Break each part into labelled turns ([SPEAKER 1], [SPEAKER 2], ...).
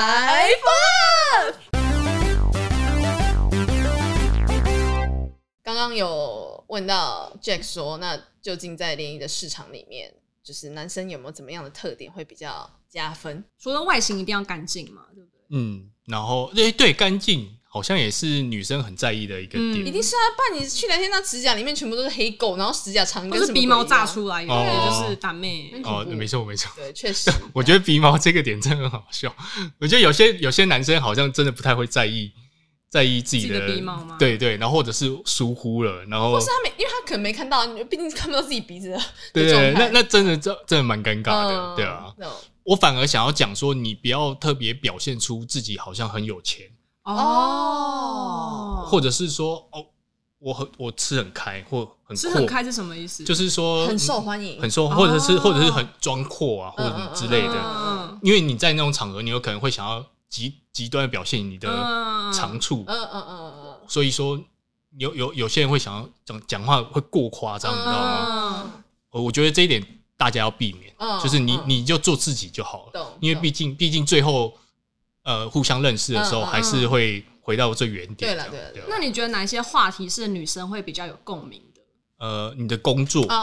[SPEAKER 1] Five Up。刚刚有问到 Jack 说，那究竟在联谊的市场里面，就是男生有没有怎么样的特点会比较加分？
[SPEAKER 2] 除了外形一定要干净嘛，对不对？
[SPEAKER 3] 嗯，然后诶、对，干净好像也是女生很在意的一个
[SPEAKER 2] 嗯
[SPEAKER 3] 点。
[SPEAKER 1] 一定是啊，不然你去聊天，那指甲里面全部都是黑垢，然后指甲长得
[SPEAKER 2] 或
[SPEAKER 1] 跟
[SPEAKER 2] 是
[SPEAKER 1] 什么
[SPEAKER 2] 鼻毛
[SPEAKER 1] 鬼一样
[SPEAKER 2] 炸。出来，有
[SPEAKER 3] 哦
[SPEAKER 2] 的就是打妹。
[SPEAKER 1] 嗯
[SPEAKER 3] 哦，
[SPEAKER 1] 恐怖
[SPEAKER 3] 没错没错，。
[SPEAKER 1] 对，确实
[SPEAKER 3] 我觉得鼻毛这个点真的很好笑。我觉得有些有些男生好像真的不太会在意在意自己的
[SPEAKER 2] 自己的鼻毛吗
[SPEAKER 3] 对对，然后或者是疏忽了，然后
[SPEAKER 1] 不是他没，因为他可能没看到，毕竟看不到自己鼻子的
[SPEAKER 3] 对
[SPEAKER 1] 的
[SPEAKER 3] 对，
[SPEAKER 1] 状
[SPEAKER 3] 那
[SPEAKER 1] 态。
[SPEAKER 3] 那真的真真的蛮尴尬的，
[SPEAKER 1] 嗯
[SPEAKER 3] 对啊。
[SPEAKER 1] 那种
[SPEAKER 3] 我反而想要讲说，你不要特别表现出自己好像很有钱，
[SPEAKER 2] 哦，
[SPEAKER 3] 或者是说哦，我很我吃很开或很
[SPEAKER 2] 吃
[SPEAKER 3] 阔
[SPEAKER 2] 很开是什么意思？
[SPEAKER 3] 就是是说
[SPEAKER 1] 很受
[SPEAKER 3] 嗯
[SPEAKER 1] 欢迎，
[SPEAKER 3] 很受，或者是
[SPEAKER 2] 哦
[SPEAKER 3] 或者是很装阔啊，或者什么之类
[SPEAKER 1] 嗯嗯
[SPEAKER 3] 的。
[SPEAKER 2] 嗯
[SPEAKER 3] 因为你在那种场合，你有可能会想要极极端的表现你的
[SPEAKER 2] 嗯
[SPEAKER 3] 长处，
[SPEAKER 1] 嗯嗯嗯嗯
[SPEAKER 3] 所以说有有有些人会想要讲讲话会过夸张，
[SPEAKER 1] 嗯，
[SPEAKER 3] 你知道吗？
[SPEAKER 1] 吗？
[SPEAKER 3] 我我觉得这一点大家要避免，
[SPEAKER 1] 嗯
[SPEAKER 3] 就是你
[SPEAKER 1] 嗯
[SPEAKER 3] 你就做自己就好了
[SPEAKER 1] 懂，
[SPEAKER 3] 因为
[SPEAKER 1] 懂
[SPEAKER 3] 毕竟毕竟最后呃互相认识的时候，
[SPEAKER 1] 嗯嗯
[SPEAKER 3] 还是会回到最原点
[SPEAKER 1] 对
[SPEAKER 3] 这
[SPEAKER 1] 了
[SPEAKER 3] 样。
[SPEAKER 1] 对了
[SPEAKER 3] 对啊
[SPEAKER 2] 那你觉得哪一些话题是女生会比较有共鸣的？
[SPEAKER 3] 呃，你的工作
[SPEAKER 1] 哦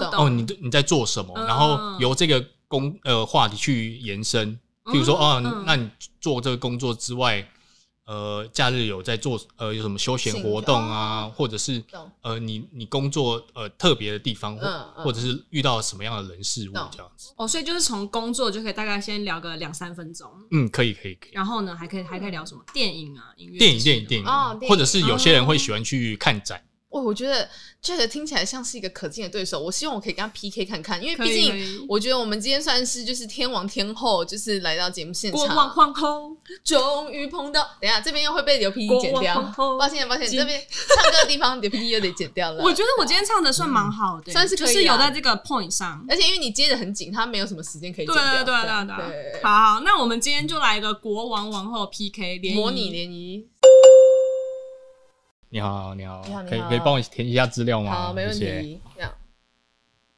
[SPEAKER 2] 哦
[SPEAKER 1] 懂
[SPEAKER 3] 哦，你的你在做什么？
[SPEAKER 2] 嗯
[SPEAKER 3] 然后由这个工呃话题去延伸，比如说
[SPEAKER 2] 嗯
[SPEAKER 3] 啊，
[SPEAKER 2] 嗯
[SPEAKER 3] 那你做这个工作之外，呃，假日有在做呃有什么休闲活动啊，或者是
[SPEAKER 1] 懂
[SPEAKER 3] 呃你你工作呃特别的地方，
[SPEAKER 1] 嗯嗯
[SPEAKER 3] 或或者是遇到什么样的人事物
[SPEAKER 1] 懂
[SPEAKER 3] 这样子？
[SPEAKER 2] 哦，所以就是从工作就可以大概先聊个两三分钟，
[SPEAKER 3] 嗯，可以可以可以。
[SPEAKER 2] 然后呢，还可以还可以聊什么电影啊、音乐这
[SPEAKER 3] 电
[SPEAKER 2] 些的吗、
[SPEAKER 3] 影电影电影
[SPEAKER 1] 哦，电影
[SPEAKER 3] 或者是有些人会喜欢去看展，
[SPEAKER 1] 我我觉得这个听起来像是一个可敬的对手，我希望我可以跟他 PK 看看，因为
[SPEAKER 2] 可以
[SPEAKER 1] 毕
[SPEAKER 2] 可
[SPEAKER 1] 竟
[SPEAKER 2] 以
[SPEAKER 1] 我觉得我们今天算是就是天王天后，就是来到节目现
[SPEAKER 2] 国王
[SPEAKER 1] 场，
[SPEAKER 2] 皇后，
[SPEAKER 1] 终于碰到。等一下这边又会被刘 PD
[SPEAKER 2] 国王
[SPEAKER 1] 剪掉
[SPEAKER 2] 皇，后
[SPEAKER 1] 抱歉抱歉，
[SPEAKER 2] 金
[SPEAKER 1] 这边唱歌的地方刘 PD 又得剪掉了。
[SPEAKER 2] 我觉得我今天唱的算蛮好的、
[SPEAKER 1] 算是可以
[SPEAKER 2] 就
[SPEAKER 1] 啊
[SPEAKER 2] 是有在这个 point 上。
[SPEAKER 1] 而且因为你接的很紧，他没有什么时间可以
[SPEAKER 2] 对啊
[SPEAKER 1] 剪掉。
[SPEAKER 2] 对对
[SPEAKER 1] 这样
[SPEAKER 2] 对对，好，那我们今天就来一个国王王后 PK 联谊
[SPEAKER 1] 模拟联谊，
[SPEAKER 3] 你好你好
[SPEAKER 1] 你好，你
[SPEAKER 3] 可以
[SPEAKER 1] 好
[SPEAKER 3] 可以帮我填一下资料吗？
[SPEAKER 1] 好，没问
[SPEAKER 3] 谢谢。
[SPEAKER 1] 题。这样，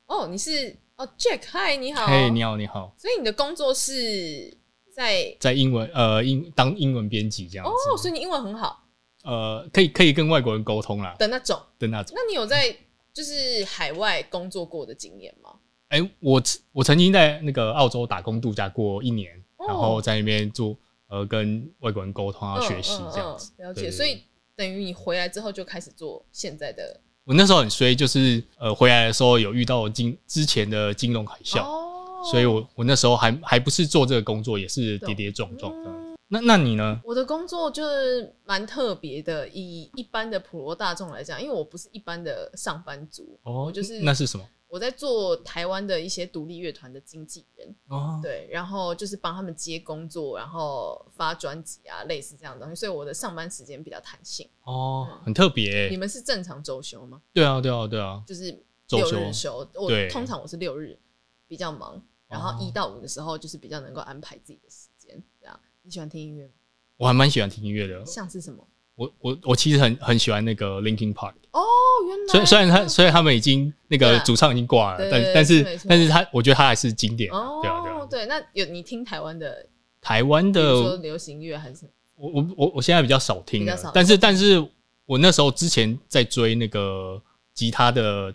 [SPEAKER 1] 哦，你是哦，Jack，嗨，你好，
[SPEAKER 3] 嘿，你好你好，
[SPEAKER 1] 所以你的工作是在
[SPEAKER 3] 在英文呃英当英文编辑这样子。
[SPEAKER 1] 哦，所以你英文很好
[SPEAKER 3] 呃，可以可以跟外国人沟通啦
[SPEAKER 1] 的那种。
[SPEAKER 3] 的那种。
[SPEAKER 1] 那你有在就是海外工作过的经验吗？
[SPEAKER 3] 哎、我我曾经在那个澳洲打工度假过一年，
[SPEAKER 1] 哦
[SPEAKER 3] 然后在那边做呃跟外国人沟通啊，学习这样
[SPEAKER 1] 嗯嗯
[SPEAKER 3] 子。
[SPEAKER 1] 嗯了
[SPEAKER 3] 对
[SPEAKER 1] 解。
[SPEAKER 3] 对对
[SPEAKER 1] 所以等于你回来之后就开始做现在的
[SPEAKER 3] 我那时候很衰，就是呃回来的时候有遇到金之前的金融海啸，
[SPEAKER 1] 哦
[SPEAKER 3] 所以我我那时候还还不是做这个工作，也是跌跌撞撞这样
[SPEAKER 1] 嗯
[SPEAKER 3] 子。那那你呢？
[SPEAKER 1] 我的工作就是蛮特别的，以一般的普罗大众来讲，因为我不是一般的上班族，
[SPEAKER 3] 哦
[SPEAKER 1] 我就是
[SPEAKER 3] 那是什么？
[SPEAKER 1] 我在做台湾的一些独立乐团的经纪人。
[SPEAKER 3] 哦，
[SPEAKER 1] 对，然后就是帮他们接工作，然后发专辑啊，类似这样的东西。所以我的上班时间比较弹性。
[SPEAKER 3] 哦，
[SPEAKER 1] 嗯
[SPEAKER 3] 很特别欸、
[SPEAKER 1] 你们是正常周休吗？
[SPEAKER 3] 对啊，对啊，对啊。
[SPEAKER 1] 就是
[SPEAKER 3] 周
[SPEAKER 1] 六
[SPEAKER 3] 休
[SPEAKER 1] 日休。我
[SPEAKER 3] 对哦
[SPEAKER 1] 通常我是六日比较忙，然后一到五的时候就是比较能够安排自己的时间。这样，你喜欢听音乐吗？
[SPEAKER 3] 我还蛮喜欢听音乐的，
[SPEAKER 1] 像是什么？
[SPEAKER 3] 我我我其实很很喜欢那个 Linkin Park。
[SPEAKER 1] 哦，原来
[SPEAKER 3] 虽虽然他虽然他们已经
[SPEAKER 1] 对
[SPEAKER 3] 那个
[SPEAKER 1] 啊
[SPEAKER 3] 主唱已经挂了
[SPEAKER 1] 对，
[SPEAKER 3] 但
[SPEAKER 1] 对
[SPEAKER 3] 但
[SPEAKER 1] 没
[SPEAKER 3] 是
[SPEAKER 1] 错
[SPEAKER 3] 但是他我觉得他还是经典啊，对啊呃对
[SPEAKER 1] 哦
[SPEAKER 3] 啊。，
[SPEAKER 1] 对，那有你听台湾的，
[SPEAKER 3] 台湾
[SPEAKER 1] 比如说
[SPEAKER 3] 的
[SPEAKER 1] 流行乐还是什么？
[SPEAKER 3] 我我我我现在比较少听
[SPEAKER 1] 比较
[SPEAKER 3] 了
[SPEAKER 1] 少，
[SPEAKER 3] 但是但是我那时候之前在追那个吉他的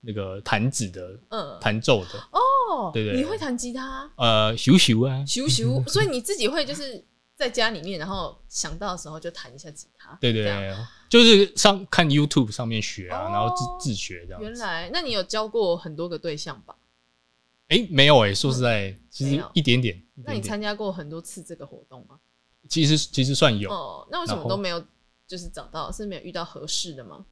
[SPEAKER 3] 那个弹指的
[SPEAKER 1] 嗯，
[SPEAKER 3] 弹奏的，
[SPEAKER 1] 哦，
[SPEAKER 3] 对对
[SPEAKER 1] 你会弹吉他？
[SPEAKER 3] 呃，咻咻啊，
[SPEAKER 1] 咻 咻，所以你自己会就是在家里面，然后想到的时候就弹一下吉他。
[SPEAKER 3] 对对
[SPEAKER 1] 这样。
[SPEAKER 3] 对，就是上看 YouTube 上面学啊
[SPEAKER 1] 哦，
[SPEAKER 3] 然后自自学这样
[SPEAKER 1] 原
[SPEAKER 3] 子。
[SPEAKER 1] 来，那你有交过很多个对象吧？
[SPEAKER 3] 哎，没有哎，说实在，其
[SPEAKER 1] 没
[SPEAKER 3] 实
[SPEAKER 1] 有
[SPEAKER 3] 一点点，一
[SPEAKER 1] 那你
[SPEAKER 3] 点点，
[SPEAKER 1] 参加过很多次这个活动吗？
[SPEAKER 3] 其实其实算有，
[SPEAKER 1] 哦，那为什么
[SPEAKER 3] 然后
[SPEAKER 1] 都没有就是找到？是没有遇到合适的吗？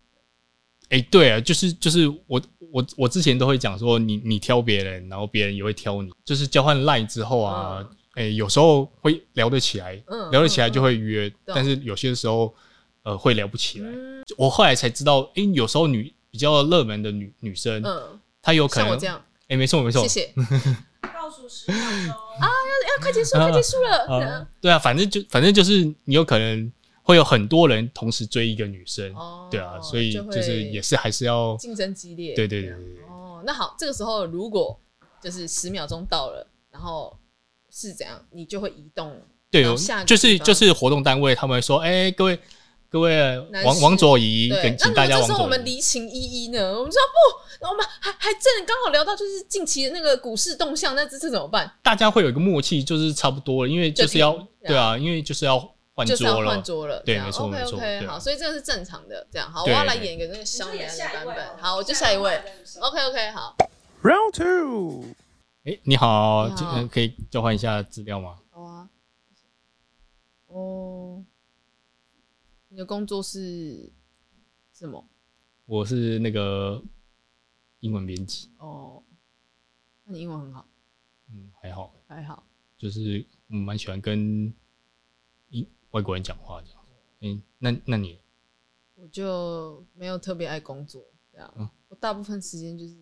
[SPEAKER 3] 哎、对啊，就是就是我我我之前都会讲说你，你挑别人，然后别人也会挑你，就是交换 line 之后啊，哎、有时候会聊得起来，
[SPEAKER 1] 嗯
[SPEAKER 3] 聊得起来
[SPEAKER 1] 嗯
[SPEAKER 3] 就会约，
[SPEAKER 1] 懂
[SPEAKER 3] 但是有些时候呃会聊不起来。
[SPEAKER 1] 嗯
[SPEAKER 3] 我后来才知道，哎、有时候女比较热门的女女生，
[SPEAKER 1] 嗯，
[SPEAKER 3] 她有可
[SPEAKER 1] 像
[SPEAKER 3] 能
[SPEAKER 1] 我这，样，
[SPEAKER 3] 哎、没错没错
[SPEAKER 1] 谢，谢。啊，
[SPEAKER 2] 倒数十秒钟啊，
[SPEAKER 1] 快结束，
[SPEAKER 3] 啊
[SPEAKER 1] 快结束
[SPEAKER 3] 啊、
[SPEAKER 1] 了。
[SPEAKER 3] 对啊，反正就反正就是你有可能会有很多人同时追一个女生，
[SPEAKER 1] 哦
[SPEAKER 3] 对啊，所以
[SPEAKER 1] 就会
[SPEAKER 3] 就是也是还是要，
[SPEAKER 1] 竞争激烈。
[SPEAKER 3] 对对对对对。
[SPEAKER 1] 哦，那好，这个时候如果就是十秒钟到了，然后是怎样，你就会移动。
[SPEAKER 3] 对，
[SPEAKER 1] 然
[SPEAKER 3] 有
[SPEAKER 1] 后下个
[SPEAKER 3] 就是
[SPEAKER 1] 地方
[SPEAKER 3] 就是活动单位他们会说，哎，各位各位
[SPEAKER 1] 男
[SPEAKER 3] 王
[SPEAKER 1] 士
[SPEAKER 3] 王左仪，
[SPEAKER 1] 对
[SPEAKER 3] 跟，
[SPEAKER 1] 那
[SPEAKER 3] 请
[SPEAKER 1] 如
[SPEAKER 3] 大
[SPEAKER 1] 果
[SPEAKER 3] 家
[SPEAKER 1] 这
[SPEAKER 3] 王
[SPEAKER 1] 时候我
[SPEAKER 3] 左
[SPEAKER 1] 们
[SPEAKER 3] 仪。
[SPEAKER 1] 离情依依呢？我们说不，那我们还还正刚好聊到就是近期的那个股市动向，那这次怎么办？
[SPEAKER 3] 大家会有一个默契，就是差不多了，因为就是
[SPEAKER 1] 就
[SPEAKER 3] 要
[SPEAKER 1] 停
[SPEAKER 3] 对啊，因为就是要换
[SPEAKER 1] 就是要
[SPEAKER 3] 桌
[SPEAKER 1] 换
[SPEAKER 3] 了。
[SPEAKER 1] 桌了，这
[SPEAKER 3] 对
[SPEAKER 1] 样
[SPEAKER 3] 没错
[SPEAKER 1] OK
[SPEAKER 3] 没错
[SPEAKER 1] OK，
[SPEAKER 3] 对啊
[SPEAKER 1] 好，所以这个是正常的，这样好，我
[SPEAKER 3] 对
[SPEAKER 1] 要来演一个那个
[SPEAKER 4] 你
[SPEAKER 1] 商
[SPEAKER 4] 是
[SPEAKER 1] 人
[SPEAKER 4] 演
[SPEAKER 1] 的
[SPEAKER 4] 下一
[SPEAKER 1] 版
[SPEAKER 4] 位哦
[SPEAKER 1] 本，好，我就下一位。
[SPEAKER 4] 哦
[SPEAKER 1] OK OK，好，
[SPEAKER 5] Round two.
[SPEAKER 3] 哎，你好，
[SPEAKER 1] 你好
[SPEAKER 3] 这呃可以交换一下资料吗？
[SPEAKER 1] 好啊。哦，你的工作是什么？
[SPEAKER 3] 我是那个英文编辑，
[SPEAKER 1] 哦，那你英文很好，
[SPEAKER 3] 嗯，还好，
[SPEAKER 1] 还好。
[SPEAKER 3] 就是我蛮喜欢跟英外国人讲话这样。嗯，那那你
[SPEAKER 1] 我就没有特别爱工作，这样。
[SPEAKER 3] 嗯
[SPEAKER 1] 我大部分时间就是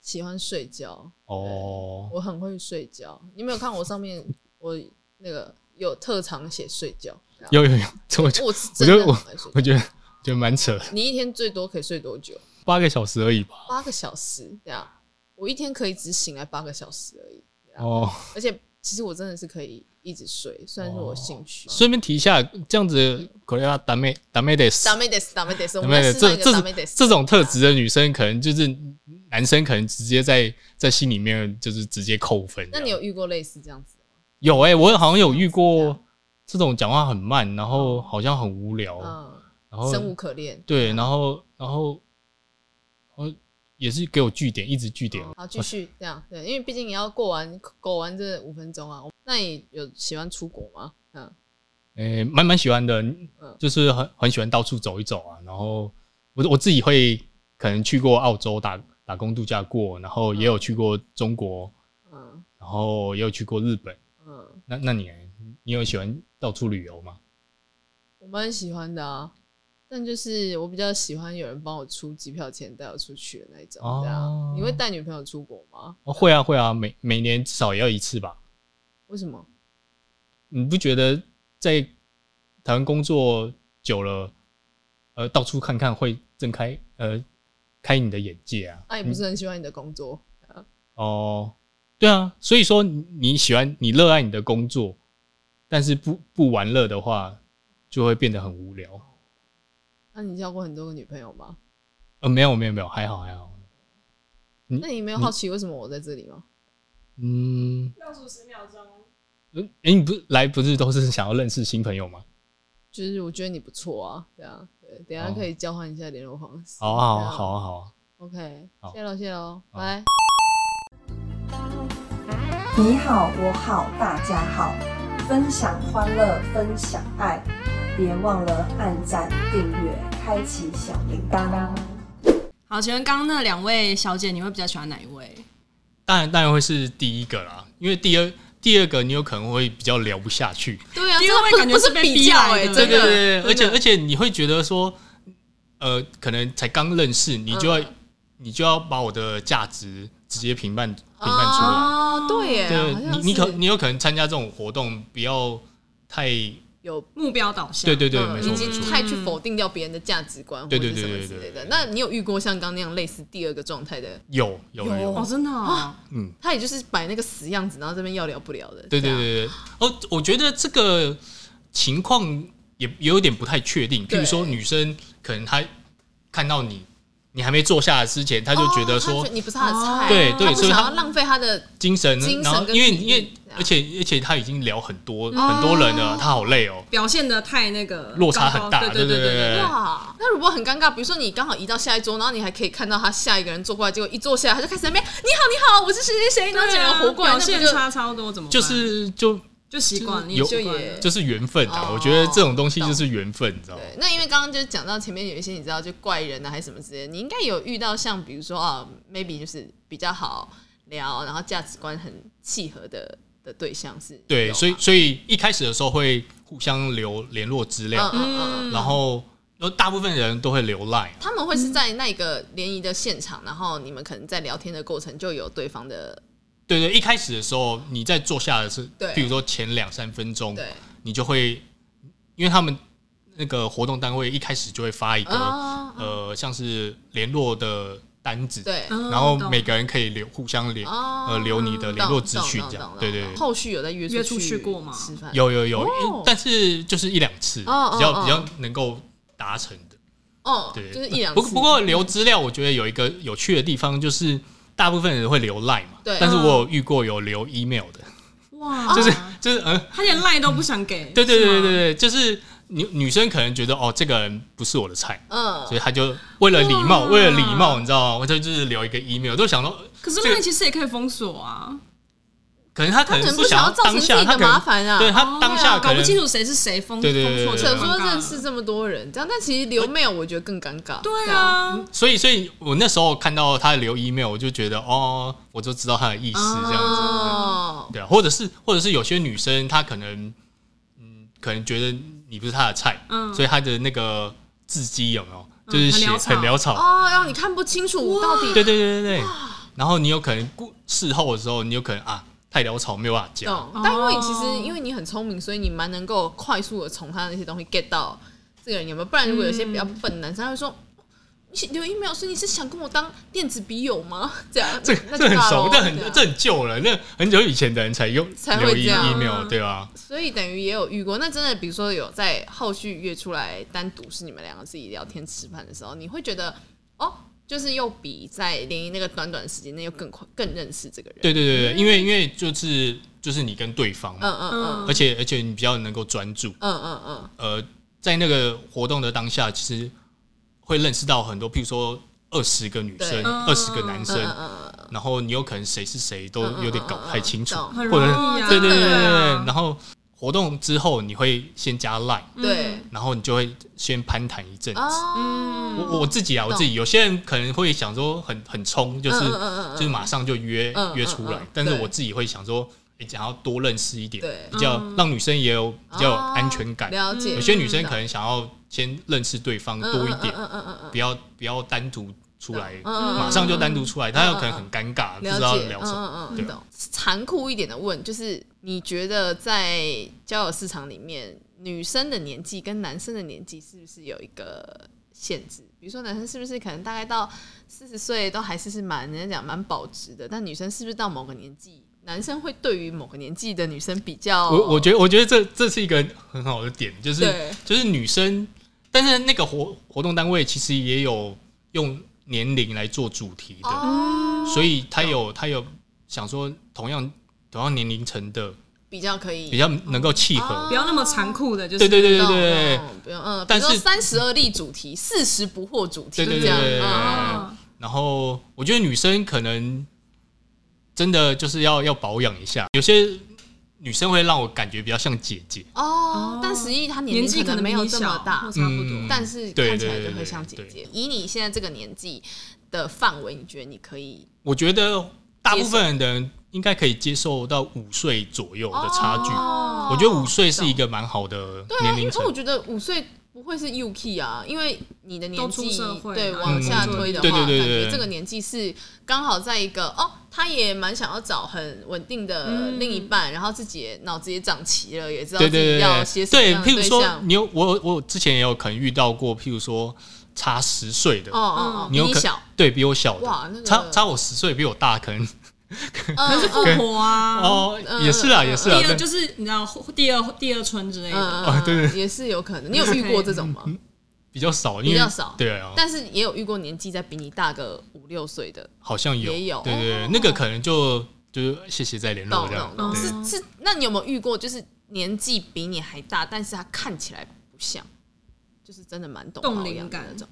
[SPEAKER 1] 喜欢睡觉，
[SPEAKER 3] 哦，
[SPEAKER 1] 我很会睡觉。你没有看我上面我那个有特长写睡觉？这样
[SPEAKER 3] 有有 有，这我就
[SPEAKER 1] 我是真的很爱睡
[SPEAKER 3] 我
[SPEAKER 1] 觉。
[SPEAKER 3] 觉得觉得蛮扯的，
[SPEAKER 1] 你一天最多可以睡多久？
[SPEAKER 3] 八个小时而已吧。
[SPEAKER 1] 八个小时这样。我一天可以只醒来八个小时而已，这样
[SPEAKER 3] 哦，
[SPEAKER 1] 而且其实我真的是可以一直睡，虽然是我
[SPEAKER 3] 哦
[SPEAKER 1] 兴趣。
[SPEAKER 3] 顺便提一下，这样子可能要达妹达妹得
[SPEAKER 1] ダメです、ダメです。我
[SPEAKER 3] 达
[SPEAKER 1] 们
[SPEAKER 3] 妹
[SPEAKER 1] 来
[SPEAKER 3] 得
[SPEAKER 1] 示范
[SPEAKER 3] 这
[SPEAKER 1] 一个
[SPEAKER 3] 这
[SPEAKER 1] ダメです。
[SPEAKER 3] 这种特质的女生，可能就是男生可能直接在在心里面就是直接扣分这
[SPEAKER 1] 那
[SPEAKER 3] 样。
[SPEAKER 1] 你有遇过类似这样子的？
[SPEAKER 3] 有哎、我好像有遇
[SPEAKER 1] 这
[SPEAKER 3] 过
[SPEAKER 1] 样
[SPEAKER 3] 这种讲话很慢，然后好像很无聊，
[SPEAKER 1] 嗯，
[SPEAKER 3] 哦然后
[SPEAKER 1] 生无可恋。
[SPEAKER 3] 对，然后然后然后也是给我据点，一直据点。
[SPEAKER 1] 好，继续这样对，因为毕竟你要过完过完这五分钟啊。那你有喜欢出国吗？嗯，
[SPEAKER 3] 诶、蛮蛮喜欢的，就是很很喜欢到处走一走啊。然后我我自己会可能去过澳洲打打工度假过，然后也有去过中国，
[SPEAKER 1] 嗯
[SPEAKER 3] 然后也有去过日本。
[SPEAKER 1] 嗯，
[SPEAKER 3] 那那你呢你有喜欢到处旅游吗？
[SPEAKER 1] 我蛮喜欢的啊。但就是我比较喜欢有人帮我出机票钱带我出去的那一种。
[SPEAKER 3] 哦
[SPEAKER 1] 这样，你会带女朋友出国吗？
[SPEAKER 3] 哦，会啊会啊，每每年至少也要一次吧。
[SPEAKER 1] 为什么？
[SPEAKER 3] 你不觉得在台湾工作久了，呃，到处看看会睁开呃开你的眼界啊？
[SPEAKER 1] 啊，你不是很喜欢你的工作？
[SPEAKER 3] 哦，对啊，所以说你你喜欢你热爱你的工作，但是不不玩乐的话，就会变得很无聊。
[SPEAKER 1] 那、你交过很多个女朋友吗？
[SPEAKER 3] 呃，没有没有没有，还好还好。
[SPEAKER 1] 那你没有好奇为什么我在这里吗？
[SPEAKER 3] 嗯，
[SPEAKER 2] 倒数十秒钟，
[SPEAKER 3] 哎、诶你不是来不是都是想要认识新朋友吗？
[SPEAKER 1] 就是我觉得你不错啊，对啊，对，等一下
[SPEAKER 3] 哦
[SPEAKER 1] 可以交换一下联络方式。
[SPEAKER 3] 好
[SPEAKER 1] 对
[SPEAKER 3] 啊好啊
[SPEAKER 1] 啊
[SPEAKER 3] 好啊好啊，
[SPEAKER 1] ，OK，
[SPEAKER 3] 好
[SPEAKER 1] 谢喽谢喽，
[SPEAKER 3] 好
[SPEAKER 1] 拜。
[SPEAKER 4] 你好，我好，大家好，分享欢乐，分享爱，别忘了按赞、订阅、开启小铃铛。
[SPEAKER 2] 好，请问刚刚那两位小姐，你会比较喜欢哪一位？
[SPEAKER 3] 当然当然会是第一个啦，因为第二第二个你有可能会比较聊不下去。
[SPEAKER 1] 对啊，
[SPEAKER 2] 因为
[SPEAKER 1] 这
[SPEAKER 2] 会
[SPEAKER 1] 不
[SPEAKER 2] 感觉
[SPEAKER 1] 不是
[SPEAKER 2] 是被
[SPEAKER 1] 比
[SPEAKER 2] 逼
[SPEAKER 1] 较
[SPEAKER 2] 来
[SPEAKER 1] 哎、
[SPEAKER 2] 的
[SPEAKER 1] 真
[SPEAKER 3] 对
[SPEAKER 1] 的
[SPEAKER 3] 对对，而且
[SPEAKER 1] 真的
[SPEAKER 3] 而且你会觉得说，呃，可能才刚认识，你就要、
[SPEAKER 1] 嗯
[SPEAKER 3] 你就要把我的价值直接评判评判出来。
[SPEAKER 1] 哦，对耶，
[SPEAKER 3] 对
[SPEAKER 1] 好像
[SPEAKER 3] 你，你可
[SPEAKER 1] 是
[SPEAKER 3] 你有可能参加这种活动，不要太
[SPEAKER 1] 有
[SPEAKER 2] 目标导向，
[SPEAKER 3] 对对对，
[SPEAKER 1] 嗯
[SPEAKER 3] 没错
[SPEAKER 1] 已
[SPEAKER 3] 没
[SPEAKER 1] 经
[SPEAKER 3] 错，
[SPEAKER 1] 太去否定掉别人的价值观或
[SPEAKER 3] 对
[SPEAKER 1] 者
[SPEAKER 3] 对对
[SPEAKER 1] 什么之
[SPEAKER 3] 对对
[SPEAKER 1] 类的
[SPEAKER 3] 对。
[SPEAKER 1] 那你有遇过像刚那样类似第二个状态的？
[SPEAKER 3] 有有有
[SPEAKER 1] 有
[SPEAKER 3] 有，
[SPEAKER 2] 哦，真的、哦，
[SPEAKER 3] 嗯，
[SPEAKER 1] 他也就是摆那个死样子，然后这边要聊不聊的。
[SPEAKER 3] 对
[SPEAKER 1] 这
[SPEAKER 3] 对
[SPEAKER 1] 样，
[SPEAKER 3] 对对，哦，我觉得这个情况也也有点不太确定，譬如
[SPEAKER 1] 对
[SPEAKER 3] 说女生可能她看到你你还没坐下来之前，她就觉得
[SPEAKER 1] 哦
[SPEAKER 3] 说
[SPEAKER 1] 他你不是他的菜，
[SPEAKER 3] 对对
[SPEAKER 1] 他不
[SPEAKER 3] 所以
[SPEAKER 1] 想
[SPEAKER 3] 他
[SPEAKER 1] 要浪费他的
[SPEAKER 3] 精神，
[SPEAKER 1] 精神
[SPEAKER 3] 然后
[SPEAKER 1] 跟
[SPEAKER 3] 因为
[SPEAKER 1] 体力啊哦
[SPEAKER 3] 因为
[SPEAKER 1] 这样
[SPEAKER 3] 而且而且她已经聊很多很多人了，她好累哦，
[SPEAKER 2] 表现的太那个
[SPEAKER 3] 落差很大
[SPEAKER 2] 高高对对
[SPEAKER 3] 对对
[SPEAKER 2] 对
[SPEAKER 3] 对
[SPEAKER 2] 对。
[SPEAKER 1] 哇，那如果很尴尬，比如说你刚好移到下一桌，然后你还可以看到他下一个人坐过来，结果一坐下来他就开始在那边你好你好，我是谁
[SPEAKER 2] 哎
[SPEAKER 1] 谁谁，然后整个人活过来，
[SPEAKER 2] 表
[SPEAKER 1] 那
[SPEAKER 2] 现
[SPEAKER 1] 不就
[SPEAKER 2] 差超多，怎么办
[SPEAKER 3] 啊就是就
[SPEAKER 2] 就习惯，你也
[SPEAKER 3] 有
[SPEAKER 2] 习惯了
[SPEAKER 1] 就也
[SPEAKER 3] 就是缘分啊，
[SPEAKER 1] 哦
[SPEAKER 3] 我觉得这种东西就是缘分，你知道吗？
[SPEAKER 1] 对，那因为刚刚就讲到前面有一些你知道就怪人啊还是什么之类的，你应该有遇到像比如说啊，maybe 就是比较好聊，然后价值观很契合的的对象是有吗。啊
[SPEAKER 3] 对，所以所以一开始的时候会互相留联络资
[SPEAKER 1] 嗯
[SPEAKER 3] 料，
[SPEAKER 1] 嗯嗯嗯，
[SPEAKER 2] 嗯
[SPEAKER 3] 然后然后大部分人都会留 Line，
[SPEAKER 1] 他们会是在那个联谊的现场，然后你们可能在聊天的过程就有对方的
[SPEAKER 3] 对对，一开始的时候你在坐下的是，
[SPEAKER 1] 对
[SPEAKER 3] 譬如说前两三分钟，
[SPEAKER 1] 对
[SPEAKER 3] 你就会，因为他们
[SPEAKER 1] 哦
[SPEAKER 3] 哦那个活动单位一开始就会发一个
[SPEAKER 1] 啊
[SPEAKER 3] 呃像是联络的单子，
[SPEAKER 1] 对，
[SPEAKER 2] 嗯
[SPEAKER 3] 然后
[SPEAKER 2] 懂
[SPEAKER 3] 每个人可以留互相留
[SPEAKER 1] 哦
[SPEAKER 3] 呃留你的联络资讯
[SPEAKER 1] 懂
[SPEAKER 3] 这
[SPEAKER 1] 懂
[SPEAKER 3] 样
[SPEAKER 1] 懂，
[SPEAKER 3] 对
[SPEAKER 1] 懂
[SPEAKER 3] 对
[SPEAKER 1] 懂
[SPEAKER 3] 对。
[SPEAKER 1] 后续有在约
[SPEAKER 2] 约
[SPEAKER 1] 出
[SPEAKER 2] 出去过吗
[SPEAKER 1] 吃饭
[SPEAKER 3] 有有有，
[SPEAKER 1] 哦
[SPEAKER 3] 但是就是一两次，
[SPEAKER 1] 哦
[SPEAKER 3] 比较
[SPEAKER 1] 哦哦
[SPEAKER 3] 比较能够达成的。
[SPEAKER 1] 哦，
[SPEAKER 3] 对，
[SPEAKER 1] 就是一两
[SPEAKER 3] 不
[SPEAKER 1] 次。
[SPEAKER 3] 过不过留资料，我觉得有一个有趣的地方就是，大部分人会留 Line 嘛，
[SPEAKER 1] 对嗯哦
[SPEAKER 3] 但是我有遇过有留 email 的，
[SPEAKER 2] 哇，
[SPEAKER 3] 就是就是嗯，
[SPEAKER 2] 他连赖都不想给，
[SPEAKER 3] 对对对对
[SPEAKER 2] 是吗，
[SPEAKER 3] 对，就是女女生可能觉得哦，这个人不是我的菜，
[SPEAKER 1] 嗯
[SPEAKER 3] 所以她就为了礼貌，
[SPEAKER 2] 哇
[SPEAKER 3] 为了礼貌，你知道吗？我就就是留一个 email，都想到，
[SPEAKER 2] 可是
[SPEAKER 3] 这个
[SPEAKER 2] 赖其实也可以封锁啊，
[SPEAKER 3] 可能她可
[SPEAKER 1] 他可能
[SPEAKER 3] 能
[SPEAKER 1] 不
[SPEAKER 3] 想
[SPEAKER 1] 想
[SPEAKER 3] 要
[SPEAKER 1] 要造成
[SPEAKER 3] 当
[SPEAKER 1] 自己
[SPEAKER 3] 下，她
[SPEAKER 1] 的
[SPEAKER 3] 可能
[SPEAKER 1] 麻烦啊。
[SPEAKER 3] 对
[SPEAKER 2] 哦
[SPEAKER 3] 她当下可
[SPEAKER 2] 搞不
[SPEAKER 3] 能
[SPEAKER 2] 清楚谁是谁封
[SPEAKER 3] 对对对
[SPEAKER 2] 封锁
[SPEAKER 3] 对
[SPEAKER 2] 谁，
[SPEAKER 3] 对
[SPEAKER 1] 想
[SPEAKER 3] 对
[SPEAKER 1] 说认识这么多人，这样，但其实留 mail 我觉得更尴尬。
[SPEAKER 2] 对，啊，
[SPEAKER 3] 所以，所以我那时候看到他留 email，我就觉得哦，我就知道他的意思这
[SPEAKER 1] 啊
[SPEAKER 3] 样子，
[SPEAKER 1] 哦，
[SPEAKER 3] 对啊，或者是，或者是有些女生她可能，嗯，可能觉得你不是她的菜，
[SPEAKER 2] 嗯
[SPEAKER 3] 所以她的那个字迹有没有，
[SPEAKER 1] 嗯
[SPEAKER 3] 就是写
[SPEAKER 2] 很潦草
[SPEAKER 3] 很潦草，
[SPEAKER 1] 哦，让你看不清楚我到底
[SPEAKER 3] 对啊对对对对，然后你有可能过事后的时候，你有可能啊太潦草没有办法加，
[SPEAKER 1] 懂。但因为你
[SPEAKER 2] 哦
[SPEAKER 1] 其实因为你很聪明，所以你蛮能够快速的从他那些东西 get 到这个人有没有。不然如果有些比较笨的男生，他会说。你留 email 说你是想跟我当电子笔友吗？这样，
[SPEAKER 3] 这
[SPEAKER 1] 那
[SPEAKER 3] 个
[SPEAKER 1] 就
[SPEAKER 3] 这很
[SPEAKER 1] 尬
[SPEAKER 3] 熟
[SPEAKER 1] 咯，
[SPEAKER 3] 这很
[SPEAKER 1] 样
[SPEAKER 3] 这很旧了，那很久以前的人才用
[SPEAKER 1] 啊才会
[SPEAKER 3] 留
[SPEAKER 1] 这样
[SPEAKER 3] email 对吧、啊
[SPEAKER 1] 所以等于也有遇过。那真的，比如说有在后续约出来单独是你们两个自己聊天吃饭的时候，你会觉得哦，就是又比在联谊那个短短的时间内又更快更认识这个人。
[SPEAKER 3] 对对对对，因为因为就是就是你跟对方嘛，
[SPEAKER 1] 嗯嗯嗯
[SPEAKER 3] 而且而且你比较能够专注，
[SPEAKER 1] 嗯嗯嗯，
[SPEAKER 3] 呃，在那个活动的当下，其实会认识到很多，譬如说二十个女
[SPEAKER 1] 对
[SPEAKER 3] 生、
[SPEAKER 2] 嗯
[SPEAKER 3] 二十个男生，
[SPEAKER 1] 嗯嗯嗯
[SPEAKER 3] 然后你有可能谁是谁都有点搞不太清楚，
[SPEAKER 1] 嗯嗯嗯嗯
[SPEAKER 2] 很
[SPEAKER 3] 或
[SPEAKER 2] 容
[SPEAKER 3] 者
[SPEAKER 2] 易啊，
[SPEAKER 3] 对对对对
[SPEAKER 1] 真
[SPEAKER 3] 对
[SPEAKER 2] 啊，
[SPEAKER 3] 然后活动之后，你会先加 Line，
[SPEAKER 1] 嗯，对。
[SPEAKER 3] 然后你就会先攀谈一阵子。
[SPEAKER 1] 哦，
[SPEAKER 3] 我我自己啊，我
[SPEAKER 1] 懂
[SPEAKER 3] 自己有些人可能会想说很很冲，就是、
[SPEAKER 1] 嗯嗯嗯嗯
[SPEAKER 3] 就是马上就约、
[SPEAKER 1] 嗯嗯
[SPEAKER 3] 约出来
[SPEAKER 1] 嗯嗯，
[SPEAKER 3] 但是
[SPEAKER 1] 对
[SPEAKER 3] 我自己会想说，诶想要多认识一点
[SPEAKER 1] 对，
[SPEAKER 3] 比较、让女生也有比较有安全感。
[SPEAKER 1] 哦了解，
[SPEAKER 3] 有些女生可能想要先认识对方多一点，
[SPEAKER 1] 嗯嗯嗯嗯
[SPEAKER 3] 不要不要单独出来，
[SPEAKER 1] 嗯
[SPEAKER 3] 马上就单独出来，她有可能很尴
[SPEAKER 1] 嗯，
[SPEAKER 3] 尬，啊不知道
[SPEAKER 1] 了解，
[SPEAKER 3] 聊什么。
[SPEAKER 1] 嗯嗯
[SPEAKER 3] 对
[SPEAKER 1] 嗯，懂。残酷一点的问，就是你觉得在交友市场里面，女生的年纪跟男生的年纪是不是有一个限制？比如说，男生是不是可能大概到四十岁都还是是蛮人家讲蛮保值的，但女生是不是到某个年纪，男生会对于某个年纪的女生比较？
[SPEAKER 3] 我我觉得我觉得这这是一个很好的点，就
[SPEAKER 1] 嗯
[SPEAKER 3] 是
[SPEAKER 1] 对
[SPEAKER 3] 就是女生，但是那个活活动单位其实也有用年龄来做主题的，
[SPEAKER 1] 哦，
[SPEAKER 3] 所以他有他有想说同样同样年龄层的
[SPEAKER 1] 比较可以
[SPEAKER 3] 比较能够契合，
[SPEAKER 1] 哦
[SPEAKER 2] 不要那么残酷的，就是
[SPEAKER 3] 对对对对
[SPEAKER 1] 懂
[SPEAKER 3] 对，
[SPEAKER 1] 懂不用嗯，
[SPEAKER 3] 但是
[SPEAKER 1] 三十二例主题，四十不惑主题，
[SPEAKER 3] 对对
[SPEAKER 1] 这
[SPEAKER 3] 对
[SPEAKER 1] 样，
[SPEAKER 3] 对对
[SPEAKER 1] 嗯
[SPEAKER 2] 啊
[SPEAKER 3] 然后我觉得女生可能真的就是要要保养一下，有些女生会让我感觉比较像姐姐，
[SPEAKER 1] 哦，但实际她年
[SPEAKER 2] 年
[SPEAKER 1] 纪
[SPEAKER 2] 纪
[SPEAKER 1] 可
[SPEAKER 2] 可
[SPEAKER 1] 能
[SPEAKER 2] 能
[SPEAKER 1] 没
[SPEAKER 2] 比
[SPEAKER 1] 有
[SPEAKER 2] 你
[SPEAKER 1] 这
[SPEAKER 2] 小
[SPEAKER 1] 么大
[SPEAKER 2] 或，差不多
[SPEAKER 3] 嗯，
[SPEAKER 1] 但是
[SPEAKER 3] 对
[SPEAKER 1] 看起来
[SPEAKER 3] 对对
[SPEAKER 1] 就会
[SPEAKER 3] 对
[SPEAKER 1] 像姐
[SPEAKER 3] 对
[SPEAKER 1] 姐。以你现在这个年纪的范围，你觉得你可以
[SPEAKER 3] 我觉得大部分的人应该可以接受到五岁左右的差距。
[SPEAKER 1] 哦
[SPEAKER 3] 我觉得五岁是一个蛮好的
[SPEAKER 1] 对啊，
[SPEAKER 3] 年
[SPEAKER 1] 因
[SPEAKER 3] 龄
[SPEAKER 1] 为
[SPEAKER 3] 层
[SPEAKER 1] 我，觉得五岁不会是 UK 啊，因为你的年
[SPEAKER 2] 都出
[SPEAKER 1] 纪
[SPEAKER 2] 社会
[SPEAKER 1] 对
[SPEAKER 2] 然后
[SPEAKER 1] 往下推的话，
[SPEAKER 3] 嗯对对对对
[SPEAKER 1] 感觉
[SPEAKER 3] 对
[SPEAKER 1] 这个年纪是刚好在一个哦，他也蛮想要找很稳定的
[SPEAKER 2] 嗯
[SPEAKER 1] 另一半，然后自己也脑子也长齐了，也知道
[SPEAKER 3] 对
[SPEAKER 1] 自
[SPEAKER 3] 对
[SPEAKER 1] 己要
[SPEAKER 3] 对
[SPEAKER 1] 些
[SPEAKER 3] 对，
[SPEAKER 1] 什么
[SPEAKER 3] 对，
[SPEAKER 1] 样的
[SPEAKER 3] 譬如
[SPEAKER 1] 对
[SPEAKER 3] 说
[SPEAKER 1] 象。
[SPEAKER 3] 你有我我之前也有可能遇到过，譬如说差十岁的
[SPEAKER 1] 哦，哦哦，比
[SPEAKER 3] 有
[SPEAKER 1] 你
[SPEAKER 3] 可
[SPEAKER 1] 小，
[SPEAKER 3] 对比我小
[SPEAKER 1] 哇那
[SPEAKER 3] 的，
[SPEAKER 1] 个
[SPEAKER 3] 差差我十岁比我大，可能
[SPEAKER 1] 可
[SPEAKER 2] 可能是富婆啊，
[SPEAKER 3] 哦
[SPEAKER 1] 嗯
[SPEAKER 3] 也是啦
[SPEAKER 1] 嗯
[SPEAKER 3] 也是
[SPEAKER 2] 第
[SPEAKER 3] 啦，
[SPEAKER 2] 二
[SPEAKER 3] 但
[SPEAKER 2] 就是你知道第二第二春之类的，
[SPEAKER 1] 嗯，
[SPEAKER 3] 哦对对
[SPEAKER 1] 也是有可能。你有遇过这种吗？
[SPEAKER 3] 比较少，
[SPEAKER 1] 比
[SPEAKER 3] 因为
[SPEAKER 1] 较少
[SPEAKER 3] 对啊，
[SPEAKER 1] 但是也有遇过年纪在比你大个五六岁的，
[SPEAKER 3] 好像有，
[SPEAKER 1] 也有
[SPEAKER 3] 对对
[SPEAKER 1] 哦
[SPEAKER 3] 对，那个可能就就是谢谢再联络
[SPEAKER 1] 懂
[SPEAKER 3] 这样
[SPEAKER 1] 懂，懂。
[SPEAKER 2] 对
[SPEAKER 1] 是是，那你有没有遇过，就是年纪比你还大，但是他看起来不像，就是真的蛮懂
[SPEAKER 2] 冻
[SPEAKER 1] 保
[SPEAKER 2] 龄
[SPEAKER 1] 养的
[SPEAKER 2] 感
[SPEAKER 1] 那种。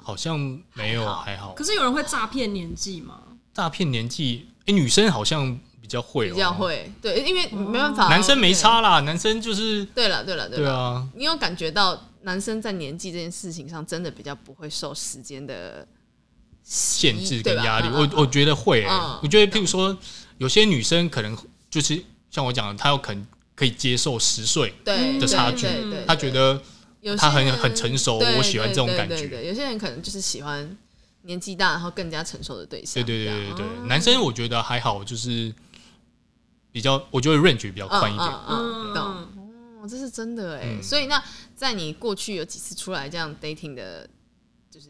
[SPEAKER 3] 好像没有
[SPEAKER 1] 还好
[SPEAKER 3] 还好
[SPEAKER 2] 可，是有人会诈骗年纪吗？
[SPEAKER 3] 诈骗年纪，哎，女生好像比较会，哦
[SPEAKER 1] 比较，会，对，因为没办法，
[SPEAKER 3] 啊嗯男生没。差啦，男生就是
[SPEAKER 1] 对了，对了，
[SPEAKER 3] 对
[SPEAKER 1] 了，
[SPEAKER 3] 啊，
[SPEAKER 1] 你有感觉到男生在年纪这件事情上，真的比较不会受时间的
[SPEAKER 3] 限制跟
[SPEAKER 1] 对吧
[SPEAKER 3] 压力，
[SPEAKER 1] 嗯
[SPEAKER 3] 我
[SPEAKER 1] 嗯
[SPEAKER 3] 我觉得会欸
[SPEAKER 1] 嗯，
[SPEAKER 3] 我觉得譬如说有些女生可能就是像我讲的，她有可能可以接受十岁，
[SPEAKER 2] 嗯
[SPEAKER 1] 对
[SPEAKER 3] 的差距
[SPEAKER 1] 对对对
[SPEAKER 3] 她觉得
[SPEAKER 1] 有些
[SPEAKER 3] 他很
[SPEAKER 1] 人
[SPEAKER 3] 很成熟
[SPEAKER 1] 对
[SPEAKER 3] 我喜欢这种
[SPEAKER 1] 对对
[SPEAKER 3] 感觉
[SPEAKER 1] 对对有些人可能就是喜欢年纪大然后更加成熟的对
[SPEAKER 3] 对
[SPEAKER 1] 象。这
[SPEAKER 3] 对
[SPEAKER 1] 样嗯
[SPEAKER 3] 对对对，男生我觉得还好，就是比较我觉得 range 比较宽一点，
[SPEAKER 1] 嗯嗯嗯，懂。哦，这是真的哎、
[SPEAKER 3] 嗯
[SPEAKER 1] 所以那在你过去有几次出来这样 dating 的，就是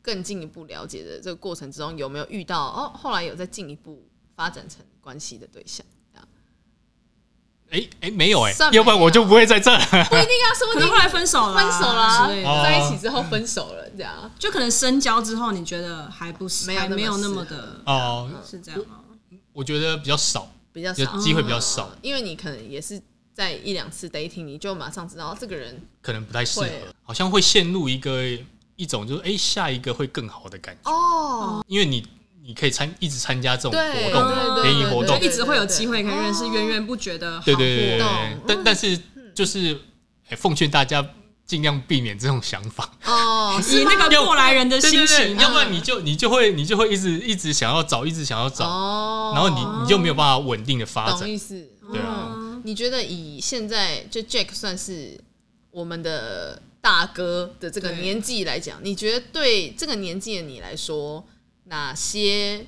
[SPEAKER 1] 更进一步了解的这个过程之中，有没有遇到哦，后来有再进一步发展成关系的对象？这样
[SPEAKER 3] 哎、哎、没有哎、
[SPEAKER 1] 算没有啊
[SPEAKER 3] 要不然我就不会在这儿。
[SPEAKER 1] 不一定啊，说不定啊
[SPEAKER 2] 可能后来分手了，
[SPEAKER 1] 分手啦
[SPEAKER 2] 之类，的，
[SPEAKER 3] 哦
[SPEAKER 1] 在一起之后分手了，这样
[SPEAKER 2] 就可能深交之后，你觉得还不是
[SPEAKER 1] 没有
[SPEAKER 2] 还
[SPEAKER 1] 那么
[SPEAKER 2] 没有那么
[SPEAKER 1] 适合
[SPEAKER 2] 的，
[SPEAKER 3] 哦、
[SPEAKER 1] 嗯
[SPEAKER 2] 是这样吗？
[SPEAKER 3] 我觉得比较少，
[SPEAKER 1] 比较
[SPEAKER 3] 就
[SPEAKER 1] 少，
[SPEAKER 3] 机会比较少，
[SPEAKER 1] 哦因为你可能也是在一两次 dating，你就马上知道哦这个人
[SPEAKER 3] 可能不太适合
[SPEAKER 1] 会，
[SPEAKER 3] 好像会陷入一个一种就是哎、下一个会更好的感觉，
[SPEAKER 1] 哦，
[SPEAKER 3] 因为你你可以参一直参加这种
[SPEAKER 1] 对
[SPEAKER 3] 活
[SPEAKER 1] 懂
[SPEAKER 3] 动
[SPEAKER 1] 对
[SPEAKER 3] 嘛，
[SPEAKER 1] 对
[SPEAKER 3] 联谊活动
[SPEAKER 2] 就，一直会有机会可以
[SPEAKER 1] 对对对
[SPEAKER 2] 认识源源不绝的好
[SPEAKER 3] 对对对对对
[SPEAKER 1] 懂
[SPEAKER 3] 对
[SPEAKER 1] 嗯，
[SPEAKER 3] 但但是就是、哎奉劝大家尽量避免这种想 法。
[SPEAKER 1] 哦，是
[SPEAKER 2] 以那个过来人
[SPEAKER 1] 呃
[SPEAKER 2] 的
[SPEAKER 3] 对对
[SPEAKER 2] 心
[SPEAKER 3] 对，
[SPEAKER 2] 情，
[SPEAKER 3] 要
[SPEAKER 1] 嗯
[SPEAKER 3] 不然你就你就会你就会一直一直想要找，一直想要找，
[SPEAKER 1] 哦，
[SPEAKER 3] 然后你你就没有办法稳定的发
[SPEAKER 1] 懂
[SPEAKER 3] 展。
[SPEAKER 1] 意思，
[SPEAKER 3] 对啊
[SPEAKER 1] 嗯你觉得以现在就 Jack 算是我们的大哥的这个
[SPEAKER 2] 对
[SPEAKER 1] 年纪来讲，你觉得对这个年纪的你来说，哪些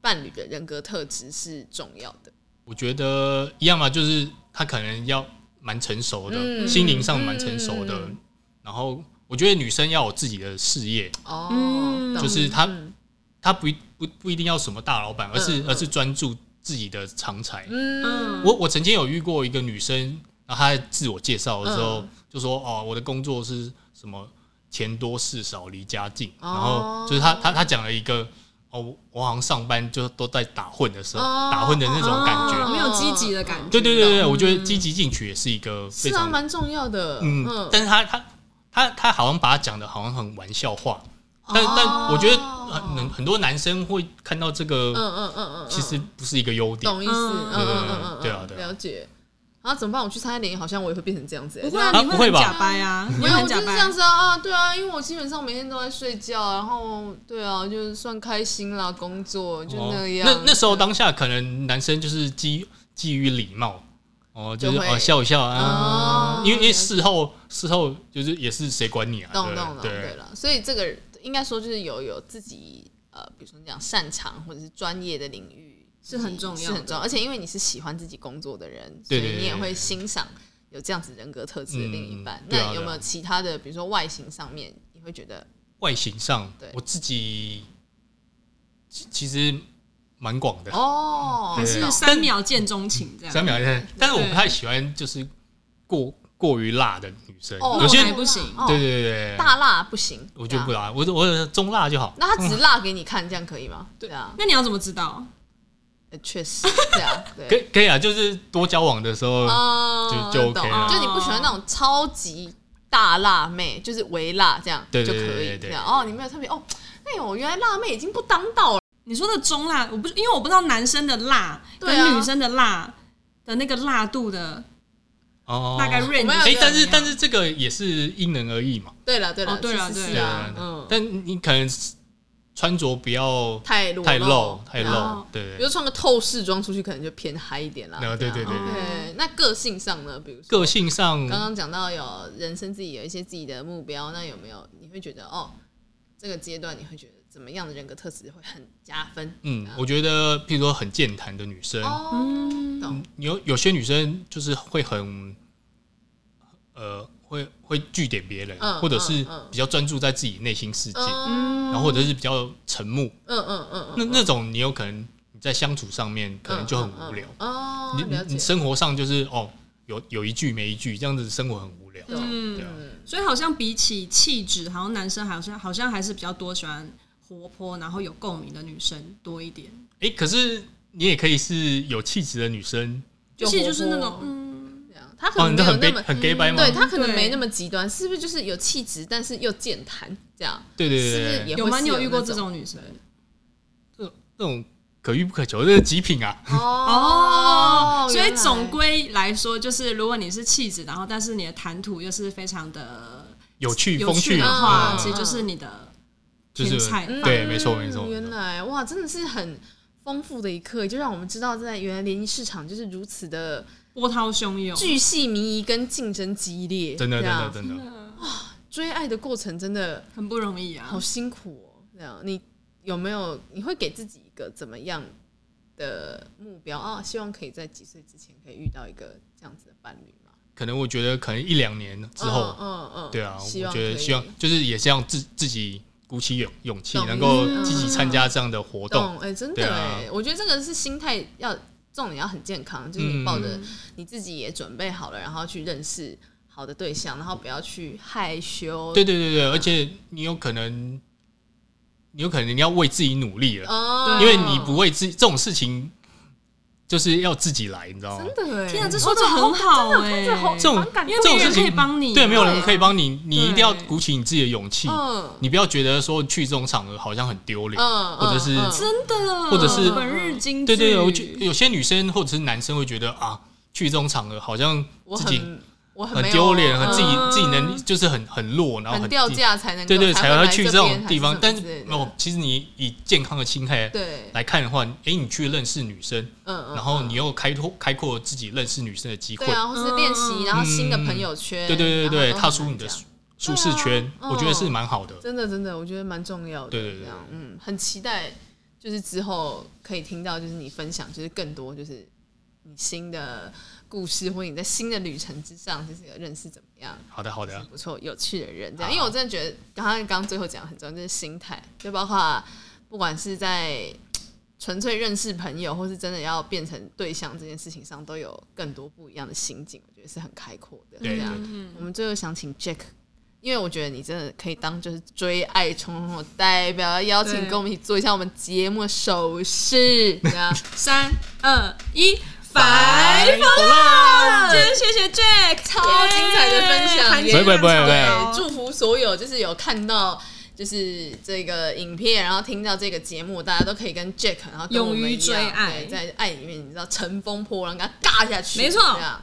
[SPEAKER 1] 伴侣的人格特质是重要的？
[SPEAKER 3] 我觉得一样嘛，就是他可能要蛮成熟的，
[SPEAKER 1] 嗯
[SPEAKER 3] 心灵上蛮成熟的。
[SPEAKER 1] 嗯嗯嗯
[SPEAKER 3] 然后我觉得女生要有自己的事业，
[SPEAKER 1] 哦，
[SPEAKER 2] 嗯
[SPEAKER 1] 懂
[SPEAKER 3] 就是他
[SPEAKER 1] 嗯
[SPEAKER 3] 她不一不不一定要什么大老板，而是、
[SPEAKER 1] 嗯嗯
[SPEAKER 3] 而是专注自己的长才。
[SPEAKER 1] 嗯，
[SPEAKER 3] 我我曾经有遇过一个女生，然后她在自我介绍的时候、
[SPEAKER 1] 嗯
[SPEAKER 3] 就说：“哦，我的工作是什么钱多事少离家近。
[SPEAKER 1] 哦
[SPEAKER 3] 然后就是她她她讲了一个哦，我我好像上班就都在打混的时候，
[SPEAKER 1] 哦
[SPEAKER 3] 打混的那种感觉。
[SPEAKER 1] 哦
[SPEAKER 2] 嗯没有积极的感觉，
[SPEAKER 3] 对对对对，
[SPEAKER 2] 嗯
[SPEAKER 3] 我觉得积极进取也是一个非
[SPEAKER 1] 是啊，
[SPEAKER 3] 常、
[SPEAKER 1] 蛮重要的，
[SPEAKER 3] 嗯，但是她她她她好像把它讲的好像很玩笑化，
[SPEAKER 1] 哦
[SPEAKER 3] 但、但我觉得很很多男生会看到这个，
[SPEAKER 1] 嗯嗯嗯嗯，
[SPEAKER 3] 其实不是一个优点。
[SPEAKER 1] 懂意思，嗯
[SPEAKER 2] 嗯
[SPEAKER 1] 嗯嗯嗯，
[SPEAKER 3] 对对对对啊对啊
[SPEAKER 1] 了解。啊，怎么办？我去参加联谊，好像我也会变成这样子欸。
[SPEAKER 2] 不会啊，
[SPEAKER 3] 啊
[SPEAKER 2] 你
[SPEAKER 3] 不会
[SPEAKER 2] 很
[SPEAKER 3] 吧
[SPEAKER 2] 假掰啊，你
[SPEAKER 1] 没有，我
[SPEAKER 2] 很
[SPEAKER 1] 就
[SPEAKER 2] 假
[SPEAKER 1] 是这
[SPEAKER 2] 掰
[SPEAKER 1] 样。子啊，啊对啊，因为我基本上每天都在睡觉，然后对啊，就是算开心啦，工作就
[SPEAKER 3] 哦
[SPEAKER 1] 那样。
[SPEAKER 3] 那那时候当下可能男生就是基基于礼貌，哦，就是
[SPEAKER 1] 就会
[SPEAKER 3] 哦笑一笑
[SPEAKER 1] 哦
[SPEAKER 3] 啊，因为因
[SPEAKER 1] 了解
[SPEAKER 3] 为事后事后就是也是谁管你啊？
[SPEAKER 1] 懂
[SPEAKER 3] 对
[SPEAKER 1] 懂懂，对
[SPEAKER 3] 对，
[SPEAKER 1] 了，所以这个应该说就是有有自己呃，比如说你讲擅长或者是专业的领域
[SPEAKER 2] 是很重要的
[SPEAKER 1] 是很重要。而且因为你是喜欢自己工作的人，所
[SPEAKER 3] 对
[SPEAKER 1] 以
[SPEAKER 3] 对对
[SPEAKER 1] 你也
[SPEAKER 3] 对
[SPEAKER 1] 会
[SPEAKER 3] 对
[SPEAKER 1] 欣赏有这样子人格特质的另一半
[SPEAKER 3] 嗯。对啊
[SPEAKER 1] 那有没
[SPEAKER 3] 对
[SPEAKER 1] 有
[SPEAKER 3] 啊
[SPEAKER 1] 其他的，比如说外形上面，你会觉得
[SPEAKER 3] 外形上
[SPEAKER 1] 对
[SPEAKER 3] 我自己其其实蛮广的，
[SPEAKER 1] 哦，
[SPEAKER 2] 还是
[SPEAKER 1] 懂
[SPEAKER 2] 三秒见钟情这样，
[SPEAKER 3] 三秒内，但是我不太喜欢就是过过于辣的女生，
[SPEAKER 1] 哦，
[SPEAKER 3] 有些
[SPEAKER 2] 还不行
[SPEAKER 1] 哦
[SPEAKER 3] 对对对对，
[SPEAKER 1] 大辣不行，
[SPEAKER 3] 我觉得不
[SPEAKER 1] 对啊。
[SPEAKER 3] 辣，我我中辣就好。
[SPEAKER 1] 那他只辣给你看，这样可以
[SPEAKER 3] 嗯
[SPEAKER 1] 吗？对啊，
[SPEAKER 2] 那你要怎么知道？
[SPEAKER 1] 呃确实这 样，
[SPEAKER 3] 可
[SPEAKER 1] 对
[SPEAKER 3] 以可以啊，就是多交往的时候，
[SPEAKER 1] 啊
[SPEAKER 3] 就就
[SPEAKER 1] 懂
[SPEAKER 3] OK 了
[SPEAKER 1] 就你不喜欢那种超级大辣妹，就是微辣这样
[SPEAKER 3] 对
[SPEAKER 1] 就
[SPEAKER 3] 对
[SPEAKER 1] 可
[SPEAKER 3] 对
[SPEAKER 1] 以
[SPEAKER 3] 对
[SPEAKER 1] 这
[SPEAKER 3] 对
[SPEAKER 1] 样。哦，你没有特别哦，哎呦，原来辣妹已经不当道了。
[SPEAKER 2] 你说的中辣，我不是因为我不知道男生的辣
[SPEAKER 1] 对啊
[SPEAKER 2] 跟女生的辣的那个辣度的
[SPEAKER 3] 哦，
[SPEAKER 2] 大概
[SPEAKER 1] 我
[SPEAKER 2] range
[SPEAKER 1] 们要
[SPEAKER 2] 怎么
[SPEAKER 3] 哎、
[SPEAKER 2] 样。
[SPEAKER 3] 但是但是这个也是因人而异嘛，
[SPEAKER 1] 对了对了
[SPEAKER 2] 哦对了
[SPEAKER 1] 是是
[SPEAKER 2] 对
[SPEAKER 1] 是
[SPEAKER 2] 了
[SPEAKER 1] 啊
[SPEAKER 3] 对，
[SPEAKER 1] 嗯，
[SPEAKER 3] 但你可能穿着不要
[SPEAKER 1] 太裸
[SPEAKER 3] 太
[SPEAKER 1] 露
[SPEAKER 3] 露太
[SPEAKER 1] 对啊
[SPEAKER 3] 露，对
[SPEAKER 1] 比如穿个透视装出去，可能就偏嗨一点啦。
[SPEAKER 3] 啊对对对
[SPEAKER 1] OK，那个性上呢？比如说
[SPEAKER 3] 个性上
[SPEAKER 1] 刚刚讲到有人生自己有一些自己的目标，那有没有你会觉得哦，这个阶段你会觉得怎么样的人格特质会很加分？
[SPEAKER 3] 嗯，我觉得譬如说很健谈的女生，
[SPEAKER 1] 哦，
[SPEAKER 2] 嗯，
[SPEAKER 1] 懂
[SPEAKER 3] 有有些女生就是会很呃会会据点别人，
[SPEAKER 1] 嗯
[SPEAKER 3] 或者是
[SPEAKER 1] 嗯嗯
[SPEAKER 3] 比较专注在自己内心世界，
[SPEAKER 1] 嗯
[SPEAKER 3] 然后或者是比较沉默，
[SPEAKER 1] 嗯嗯嗯嗯，
[SPEAKER 3] 那那种你有可能你在相处上面可能就很无聊，
[SPEAKER 1] 嗯嗯哦，
[SPEAKER 3] 你
[SPEAKER 1] 了
[SPEAKER 3] 你
[SPEAKER 1] 解，
[SPEAKER 3] 你生活上就是哦有有一句没一句这样子生活很无聊，
[SPEAKER 1] 懂
[SPEAKER 3] 对啊
[SPEAKER 1] 嗯
[SPEAKER 2] 所以好像比起气质，好像男生好像好像还是比较多喜欢活泼，然后有共鸣的女生多一点。
[SPEAKER 3] 哎、可是你也可以是有气质的女生，
[SPEAKER 1] 就
[SPEAKER 2] 气质就是那
[SPEAKER 1] 活
[SPEAKER 2] 种
[SPEAKER 1] 泼
[SPEAKER 2] 嗯，
[SPEAKER 1] 这样，他可
[SPEAKER 3] 哦，
[SPEAKER 1] 能
[SPEAKER 3] 你
[SPEAKER 1] 没
[SPEAKER 3] 这
[SPEAKER 1] 有那
[SPEAKER 3] 很 gay
[SPEAKER 1] 么，嗯
[SPEAKER 3] 很 gay 掰吗？
[SPEAKER 1] 对他可能
[SPEAKER 2] 对
[SPEAKER 1] 没那么极端，是不是就是有气质，但是又健谈这样？
[SPEAKER 3] 对对
[SPEAKER 1] 是不
[SPEAKER 3] 对
[SPEAKER 1] 是
[SPEAKER 3] 对，
[SPEAKER 1] 也
[SPEAKER 2] 有
[SPEAKER 1] 会
[SPEAKER 2] 吗？
[SPEAKER 1] 是
[SPEAKER 2] 你有遇过
[SPEAKER 1] 那
[SPEAKER 2] 这种女生？
[SPEAKER 3] 那种可遇不可求，这是极品啊！
[SPEAKER 1] 哦
[SPEAKER 2] 哦，所以总
[SPEAKER 1] 归。
[SPEAKER 2] 归来说，就是如果你是气质，然后但是你的谈吐又是非常的
[SPEAKER 3] 有趣、
[SPEAKER 2] 有
[SPEAKER 3] 风
[SPEAKER 2] 趣
[SPEAKER 3] 趣
[SPEAKER 2] 的话，
[SPEAKER 1] 嗯
[SPEAKER 2] 其实就是你的
[SPEAKER 3] 就是
[SPEAKER 2] 天菜吧
[SPEAKER 3] 对，没错没
[SPEAKER 1] 嗯
[SPEAKER 3] 错。没错
[SPEAKER 1] 原来哇，真的是很丰富的一刻，就让我们知道，在原来联谊市场就是如此的
[SPEAKER 2] 波涛汹涌。
[SPEAKER 1] 巨细靡遗跟竞争激烈，
[SPEAKER 3] 真的
[SPEAKER 1] 这
[SPEAKER 3] 真
[SPEAKER 1] 样
[SPEAKER 3] 的真的，
[SPEAKER 1] 追爱的过程真的
[SPEAKER 2] 很不容易啊
[SPEAKER 1] 好！辛苦哦。这样，你有没有你会给自己一个怎么样的目标啊？希望可以在几岁之前可以遇到一个这样子的伴侣吗？
[SPEAKER 3] 可能我觉得可能一两年之后，
[SPEAKER 1] 嗯嗯嗯，
[SPEAKER 3] 对啊，
[SPEAKER 1] 希
[SPEAKER 3] 我
[SPEAKER 1] 望
[SPEAKER 3] 觉得
[SPEAKER 1] 可以
[SPEAKER 3] 希望就是也是让自自己鼓起勇勇气，
[SPEAKER 1] 懂嗯
[SPEAKER 3] 能够积极参加这样的活动。
[SPEAKER 1] 懂哎、真
[SPEAKER 3] 对
[SPEAKER 1] 的
[SPEAKER 3] 啊
[SPEAKER 1] 哎、我觉得这个是心态要重点要很健康，就是你抱着
[SPEAKER 2] 嗯
[SPEAKER 1] 你自己也准备好了，然后去认识好的对象，然后不要去害羞。
[SPEAKER 3] 对对对对，而且你有可能，你有可能你要为自己努力了，
[SPEAKER 1] 哦，
[SPEAKER 3] 因为你不为自己这种事情，就是要自己来，你知道吗？
[SPEAKER 1] 真的哎、
[SPEAKER 2] 天啊，这
[SPEAKER 1] 哦
[SPEAKER 2] 说的很好哎、
[SPEAKER 1] 这好
[SPEAKER 3] 这种
[SPEAKER 1] 蛮感
[SPEAKER 2] 因
[SPEAKER 1] 动
[SPEAKER 2] 为没有
[SPEAKER 3] 这种事
[SPEAKER 2] 人可
[SPEAKER 3] 情
[SPEAKER 2] 以帮你，
[SPEAKER 3] 对，没有人可以帮你，你一定要
[SPEAKER 2] 对
[SPEAKER 3] 鼓起你自己的勇气，
[SPEAKER 1] 嗯
[SPEAKER 3] 你不要觉得说去这种场合好像很丢脸，
[SPEAKER 1] 嗯，
[SPEAKER 3] 或者是
[SPEAKER 1] 嗯嗯
[SPEAKER 2] 真的，
[SPEAKER 3] 或者是
[SPEAKER 2] 本日金句
[SPEAKER 3] 对对，我觉有些女生或者是男生会觉得啊，去这种场合好像
[SPEAKER 1] 我
[SPEAKER 3] 自己
[SPEAKER 1] 很我很
[SPEAKER 3] 很
[SPEAKER 1] 没有啊
[SPEAKER 3] 丢脸，很自己
[SPEAKER 2] 嗯
[SPEAKER 3] 自己能力就是很很弱，然后
[SPEAKER 1] 很
[SPEAKER 3] 很
[SPEAKER 1] 掉
[SPEAKER 3] 低，
[SPEAKER 1] 价才能够
[SPEAKER 3] 对对，才
[SPEAKER 1] 会
[SPEAKER 3] 会
[SPEAKER 1] 来
[SPEAKER 3] 去
[SPEAKER 1] 这
[SPEAKER 3] 这种
[SPEAKER 1] 边
[SPEAKER 3] 地方。但
[SPEAKER 1] 还
[SPEAKER 3] 是
[SPEAKER 1] 是什么之类的
[SPEAKER 3] 哦，其实你以健康的心态
[SPEAKER 1] 对，
[SPEAKER 3] 来看的话，诶，你去认识女生，
[SPEAKER 1] 嗯嗯，
[SPEAKER 3] 然后你又开拓开阔自己认识女生的机会
[SPEAKER 1] 对，啊，或是练习，然后新的
[SPEAKER 3] 嗯
[SPEAKER 1] 朋友圈，
[SPEAKER 3] 对对对对，
[SPEAKER 1] 然后
[SPEAKER 3] 踏
[SPEAKER 1] 都很
[SPEAKER 3] 出
[SPEAKER 1] 难
[SPEAKER 3] 你的
[SPEAKER 1] 讲
[SPEAKER 3] 舒舒适圈，
[SPEAKER 1] 嗯
[SPEAKER 3] 我觉得是蛮好的。
[SPEAKER 1] 真的真的，我觉得蛮重要的。
[SPEAKER 3] 对对对
[SPEAKER 1] 这样嗯，很期待，就是之后可以听到，就是你分享，就是更多，就是你新的故事，或者你在新的旅程之上，就是有认识怎么样
[SPEAKER 3] 好的好的，
[SPEAKER 1] 不错、有趣的人这样。
[SPEAKER 3] 好
[SPEAKER 1] 因为我真的觉得，刚刚刚最后讲得很重要，就是心态，就包括不管是在呃纯粹认识朋友，或是真的要变成对象这件事情上，都有更多不一样的心境，我觉得是很开阔的。
[SPEAKER 3] 对
[SPEAKER 1] 这样
[SPEAKER 3] 对
[SPEAKER 1] 我们最后想请 Jack，因为我觉得你真的可以当就是追爱冲冲冲的代表，邀请
[SPEAKER 2] 对
[SPEAKER 1] 跟我们一起做一下我们节目的手势，啊这 样
[SPEAKER 2] 三二一，白
[SPEAKER 3] 拜拜
[SPEAKER 2] 今天谢谢 Jack，
[SPEAKER 1] 超精彩的分享
[SPEAKER 2] 含金
[SPEAKER 3] 拜拜
[SPEAKER 2] 量超
[SPEAKER 3] 拜
[SPEAKER 2] 高
[SPEAKER 3] 拜
[SPEAKER 1] 祝福所有就是有看到。就是这个影片，然后听到这个节目，大家都可以跟 Jack，然后跟我们一样
[SPEAKER 2] 勇于追爱
[SPEAKER 1] 对在爱里面，你知道乘风破浪，给他尬下去，
[SPEAKER 2] 没错
[SPEAKER 1] 这样